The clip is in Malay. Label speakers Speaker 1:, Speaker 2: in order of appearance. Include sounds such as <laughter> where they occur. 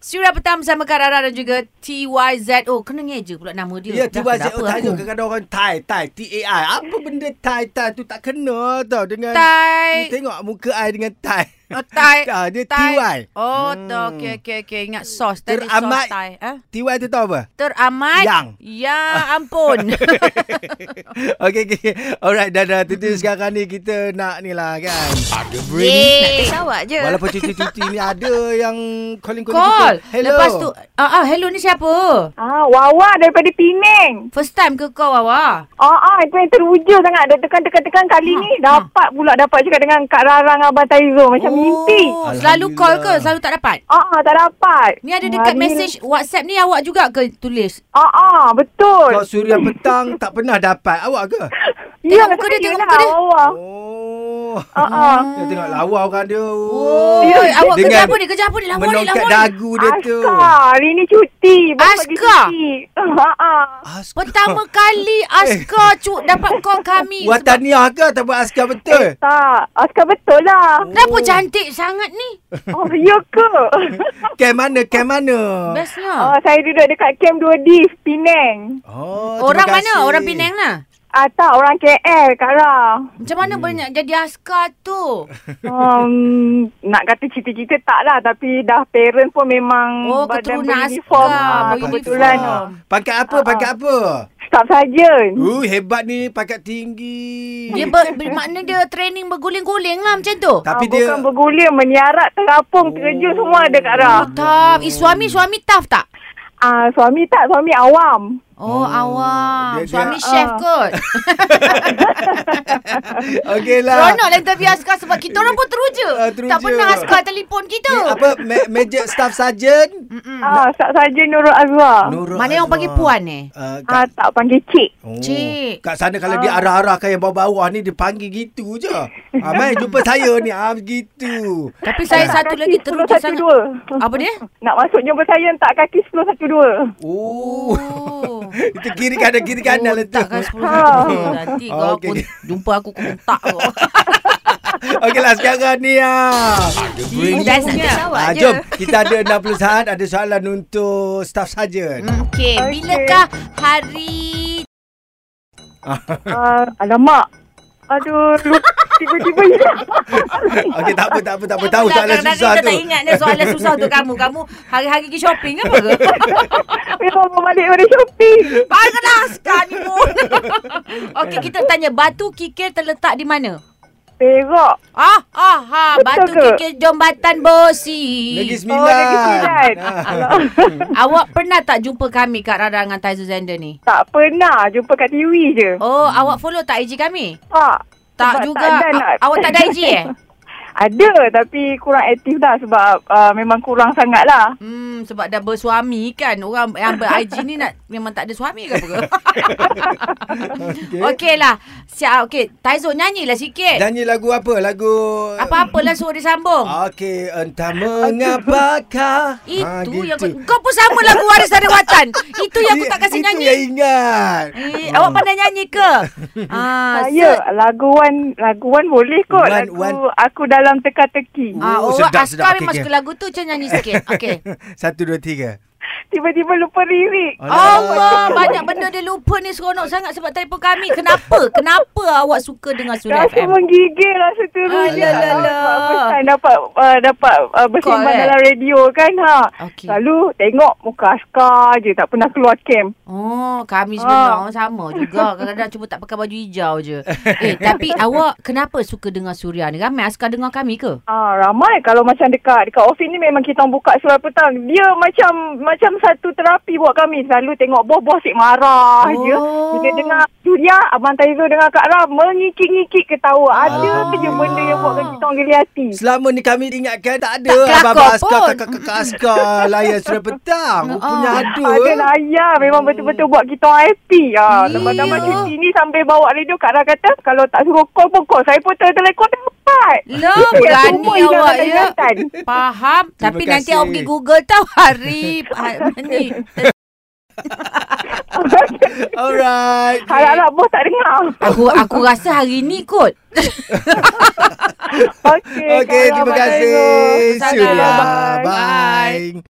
Speaker 1: Suria petang bersama Kak Rara dan juga TYZO. Oh, Kena ngeja pula nama dia.
Speaker 2: Ya, tiba
Speaker 1: Dah kenapa
Speaker 2: saya oh, tanya
Speaker 1: aku?
Speaker 2: kadang-kadang orang Thai, Thai, T-A-I. Apa benda Thai, Thai tu tak kena tau dengan...
Speaker 1: Thai.
Speaker 2: You tengok muka I dengan <laughs> Thai.
Speaker 1: Oh, Thai.
Speaker 2: Ah, dia
Speaker 1: Thai.
Speaker 2: TY.
Speaker 1: Oh,
Speaker 2: Hmm.
Speaker 1: tu. Okey, okey, okey. Ingat sos. Tadi sos
Speaker 2: Teramat.
Speaker 1: Thai. Eh?
Speaker 2: TY tu tahu
Speaker 1: <laughs>
Speaker 2: apa?
Speaker 1: Teramat.
Speaker 2: Yang. Ah.
Speaker 1: Ya,
Speaker 2: <laughs>
Speaker 1: ampun.
Speaker 2: okay, okay. Alright, dah dah. Tentu sekarang ni kita nak ni lah kan. Ada
Speaker 1: Yeay.
Speaker 3: Pesawat je.
Speaker 2: Walaupun cuti-cuti ni ada yang calling-calling
Speaker 1: Call.
Speaker 2: kita. Hello.
Speaker 1: Lepas tu, ah, ah, hello ni siapa?
Speaker 4: Ah, Wawa daripada Penang.
Speaker 1: First time ke kau, Wawa?
Speaker 4: Ah, ah itu yang teruja sangat. Dah tekan-tekan-tekan kali
Speaker 1: Ha, Oh.
Speaker 4: ni dapat pula dapat juga dengan Kak Rara dengan Abang Taizo. Macam mimpi.
Speaker 1: Selalu call ke?
Speaker 2: Alhamdulillah.
Speaker 1: Selalu tak dapat?
Speaker 4: Ah, ah, tak dapat.
Speaker 1: Ni ada dekat
Speaker 4: Hari-
Speaker 1: message WhatsApp ni awak juga ke tulis?
Speaker 4: Ah, ah, betul.
Speaker 2: Kalau suria petang tak pernah dapat. Awak ke?
Speaker 1: Tengok muka dia,
Speaker 4: saya
Speaker 1: tengok
Speaker 4: lah,
Speaker 1: muka dia. Hmm,
Speaker 4: Wawa.
Speaker 2: Oh.
Speaker 4: Ah, ah.
Speaker 2: Dia tengok lawa orang dia.
Speaker 1: Oh,
Speaker 4: Ya,
Speaker 1: awak kerja
Speaker 2: dengan
Speaker 1: apa ni? Kerja apa ni? Lawa ni,
Speaker 2: Menongkat
Speaker 1: lawa ni.
Speaker 2: dagu dia tu.
Speaker 4: Askar, hari ni cuti. Baru pergi
Speaker 1: Askar?
Speaker 4: cuti. Ah, ah.
Speaker 2: Askar.
Speaker 1: Pertama kali
Speaker 2: Eh.
Speaker 1: Askar cu- dapat call kami. Sebab-
Speaker 2: Wataniah ke ataupun askar
Speaker 4: Eh,
Speaker 2: betul?
Speaker 4: tak. Askar betul lah.
Speaker 1: Kenapa cantik sangat ni?
Speaker 4: Oh, ya ke?
Speaker 1: <laughs> Eh.
Speaker 2: Camp mana? Camp mana?
Speaker 4: Ah,
Speaker 1: Bestnya.
Speaker 4: saya duduk dekat camp 2D, Penang.
Speaker 2: Oh, terima
Speaker 1: Orang
Speaker 2: kasih.
Speaker 1: mana? Orang Penang lah.
Speaker 4: Ah, tak, orang KL, Kak Rah.
Speaker 1: Macam mana
Speaker 2: Hmm.
Speaker 1: banyak jadi askar
Speaker 2: <laughs>
Speaker 1: tu?
Speaker 4: Um, nak kata cita-cita tak lah Tapi dah parent pun memang
Speaker 1: Oh,
Speaker 4: badan
Speaker 1: keturunan
Speaker 4: beruniform.
Speaker 1: askar,
Speaker 4: Ah,
Speaker 1: beruniform.
Speaker 4: Kebetulan
Speaker 2: Ah. Pangkat apa? Pangkat apa?
Speaker 4: Staff sarjan
Speaker 2: Uh, hebat ni pangkat tinggi.
Speaker 1: Dia ber, bermakna dia training berguling-guling lah macam tu.
Speaker 2: Tapi
Speaker 4: Ah,
Speaker 2: dia Oh.
Speaker 4: Bukan
Speaker 2: <laughs>
Speaker 4: berguling Meniarat Terapung Terjun semua ada Kak Rah
Speaker 1: Tough. Eh, suami suami tough tak?
Speaker 4: ah, Suami tak Suami awam
Speaker 1: Oh,
Speaker 2: Oh,
Speaker 1: awam.
Speaker 2: dia- dia-
Speaker 1: suami
Speaker 2: ah.
Speaker 1: chef kot. <laughs>
Speaker 2: Okey <laughs> lah.
Speaker 1: Seronok lah interview askar sebab kita orang pun teruja.
Speaker 2: Ah, teruja.
Speaker 1: Tak pernah askar telefon kita.
Speaker 2: Ni apa? Ma- major staff sergeant?
Speaker 1: Mm-mm.
Speaker 4: ah, Staff sarjan Nurul Azwa
Speaker 2: Hmm. Nurul
Speaker 1: Mana yang
Speaker 2: Azwa.
Speaker 1: panggil puan eh?
Speaker 2: Uh,
Speaker 4: ah,
Speaker 2: kat,
Speaker 4: Tak panggil cik
Speaker 2: oh,
Speaker 1: Cik. Ah.
Speaker 2: Kat sana kalau dia arah-arahkan yang bawah-bawah ni, dia panggil gitu je. Ah, mai jumpa saya ni. Ah, begitu.
Speaker 1: Tapi saya
Speaker 2: Eh.
Speaker 4: Tak
Speaker 1: satu
Speaker 4: kaki
Speaker 1: lagi teruja
Speaker 4: 1012.
Speaker 1: sangat. Apa dia?
Speaker 4: Nak masuk jumpa saya Tak kaki 1012
Speaker 2: <laughs> Oh.
Speaker 1: Oh.
Speaker 2: <laughs> Itu kiri kanan, kiri kanan lah letak.
Speaker 1: Takkan
Speaker 2: <laughs>
Speaker 1: 10
Speaker 4: Ah.
Speaker 1: Nanti kau
Speaker 2: Ah, okey,
Speaker 1: pun
Speaker 2: okey.
Speaker 1: jumpa aku kau bentak
Speaker 2: <laughs>
Speaker 1: kau.
Speaker 2: Okeylah lah, sekarang ni ah.
Speaker 1: Ih, bestnya.
Speaker 3: Pesawat
Speaker 2: Ah,
Speaker 3: je.
Speaker 2: jom kita ada 60 saat ada soalan untuk staff saja.
Speaker 1: Hmm, Okey,
Speaker 4: Okey.
Speaker 1: bilakah hari
Speaker 4: ah, Alamak Aduh lupa- Tiba-tiba
Speaker 2: <laughs>
Speaker 4: <laughs>
Speaker 2: Okey tak apa tak apa tak apa
Speaker 1: Tak
Speaker 2: tahu
Speaker 1: apalah,
Speaker 2: soalan
Speaker 1: kadang-kadang
Speaker 2: susah
Speaker 1: kita
Speaker 2: tu.
Speaker 1: tak ingat dah soalan susah untuk kamu. Kamu hari-hari pergi shopping apa
Speaker 2: <laughs>
Speaker 1: ke?
Speaker 4: Memang balik pada shopping
Speaker 1: Panas kan ni
Speaker 2: <laughs>
Speaker 1: pun. Okey, kita tanya batu kikir terletak di mana?
Speaker 4: Perak
Speaker 1: Ah, ah, ha,
Speaker 4: Betul
Speaker 1: batu
Speaker 4: ke?
Speaker 1: kikir Jombatan Bosi.
Speaker 2: Negeri
Speaker 4: Oh
Speaker 2: Sembilan. Ah.
Speaker 4: lagi sembilan Alamak
Speaker 1: Awak pernah tak jumpa kami Kak Rara dengan Taizu Zander ni?
Speaker 4: <laughs> Tak pernah jumpa kat TV je.
Speaker 1: Oh, awak follow tak IG kami?
Speaker 4: Tak.
Speaker 1: Tak
Speaker 4: Sebab
Speaker 1: juga.
Speaker 4: tak ada
Speaker 1: A-
Speaker 4: nak-
Speaker 1: awak tak ada IG eh?
Speaker 4: <laughs> Ada tapi kurang aktif dah sebab uh, memang kurang sangat lah.
Speaker 1: Hmm, sebab dah bersuami kan. Orang yang ber-IG ni nak memang tak ada suami ke apa
Speaker 2: <laughs>
Speaker 1: ke?
Speaker 2: Okey.
Speaker 1: <laughs> Okey lah. Siap, okey. Taizo nyanyilah sikit.
Speaker 2: Nyanyi Ah, lagu apa? Lagu
Speaker 1: Apa-apalah suruh dia sambung.
Speaker 2: Okey entah mengapakah.
Speaker 1: <laughs> Itu
Speaker 2: Ah,
Speaker 1: yang kau, kau pun sama lagu Waris dari Watan. Itu yang aku
Speaker 2: I-
Speaker 1: tak kasi
Speaker 2: itu
Speaker 1: nyanyi.
Speaker 2: Itu yang ingat.
Speaker 1: Eh, awak pandai nyanyi
Speaker 2: <laughs>
Speaker 1: ke? ah,
Speaker 4: Saya lagu Wan lagu Wan boleh kot.
Speaker 2: Wan-
Speaker 4: lagu
Speaker 2: Wan.
Speaker 4: aku dalam teka-teki.
Speaker 2: Wan.
Speaker 1: Ah,
Speaker 2: Oh,
Speaker 1: orang sedap,
Speaker 2: sedap, sedap.
Speaker 1: Askar
Speaker 2: Okey,
Speaker 1: memang
Speaker 2: okey.
Speaker 1: suka lagu tu Macam nyanyi
Speaker 2: <laughs>
Speaker 1: sikit Okey
Speaker 2: Satu dua tiga.
Speaker 4: Tiba-tiba lupa lirik.
Speaker 1: Oh, Allah Banyak benda dia lupa ni Seronok sangat Sebab telefon kami Kenapa Kenapa awak suka Dengan Suria
Speaker 4: Rasa
Speaker 1: FM
Speaker 4: menggigil lah rasa
Speaker 1: Alah,
Speaker 4: teruja.
Speaker 1: alah, alah.
Speaker 4: First time dapat uh, dapat uh,
Speaker 1: ya,
Speaker 4: bersimbang
Speaker 1: eh?
Speaker 4: dalam radio kan ha.
Speaker 1: Okey.
Speaker 4: Lalu tengok muka askar je tak pernah keluar camp.
Speaker 1: Oh kami sebenarnya
Speaker 4: Ah.
Speaker 1: orang sama
Speaker 4: <laughs>
Speaker 1: juga Kadang-kadang cuma tak pakai baju hijau je Eh tapi awak Kenapa suka dengan Suria ni Ramai Askar dengar kami ke
Speaker 4: Ah ramai kalau macam dekat dekat office ni memang kita orang buka surat petang. Dia macam macam satu terapi buat kami. Selalu tengok bos-bos asyik marah
Speaker 1: Oh.
Speaker 4: oh. je. Bila dengar Julia, Abang Taizo dengan Kak Ra mengikik-ngikik ketawa.
Speaker 2: Ah.
Speaker 4: Ada je benda yang buatkan kita orang geli hati.
Speaker 2: Selama ni kami ingatkan tak
Speaker 1: Tak
Speaker 2: ada
Speaker 1: kelakar
Speaker 2: abang-abang askar,
Speaker 1: pun.
Speaker 2: kakak-kakak askar layan sudah
Speaker 1: <laughs>
Speaker 2: petang.
Speaker 1: Ah.
Speaker 2: Rupanya ada.
Speaker 4: Ada lah ya
Speaker 1: Oh.
Speaker 4: Memang betul-betul buat kita orang happy ah,
Speaker 1: Ya.
Speaker 4: Tambah-tambah cuti ni Sambil bawa radio Kak Ra kata Kalau tak suruh call pun call Saya pun tertelekon dapat
Speaker 1: Lah
Speaker 4: Itu yang semua
Speaker 1: <laughs> berani
Speaker 4: hilang
Speaker 1: awak
Speaker 4: dari
Speaker 1: ya
Speaker 4: ingatan. <laughs>
Speaker 1: Faham
Speaker 2: Terima
Speaker 1: Tapi nanti
Speaker 2: kasih.
Speaker 1: awak pergi google tau
Speaker 4: <laughs>
Speaker 1: Hari hari ni
Speaker 2: Alright.
Speaker 4: Harap-harap bos tak dengar
Speaker 1: Aku aku rasa hari ni kot.
Speaker 4: Okey,
Speaker 2: Okey, terima kasih.
Speaker 1: Sama-sama.
Speaker 2: Suria.
Speaker 1: Bye.
Speaker 2: Bye.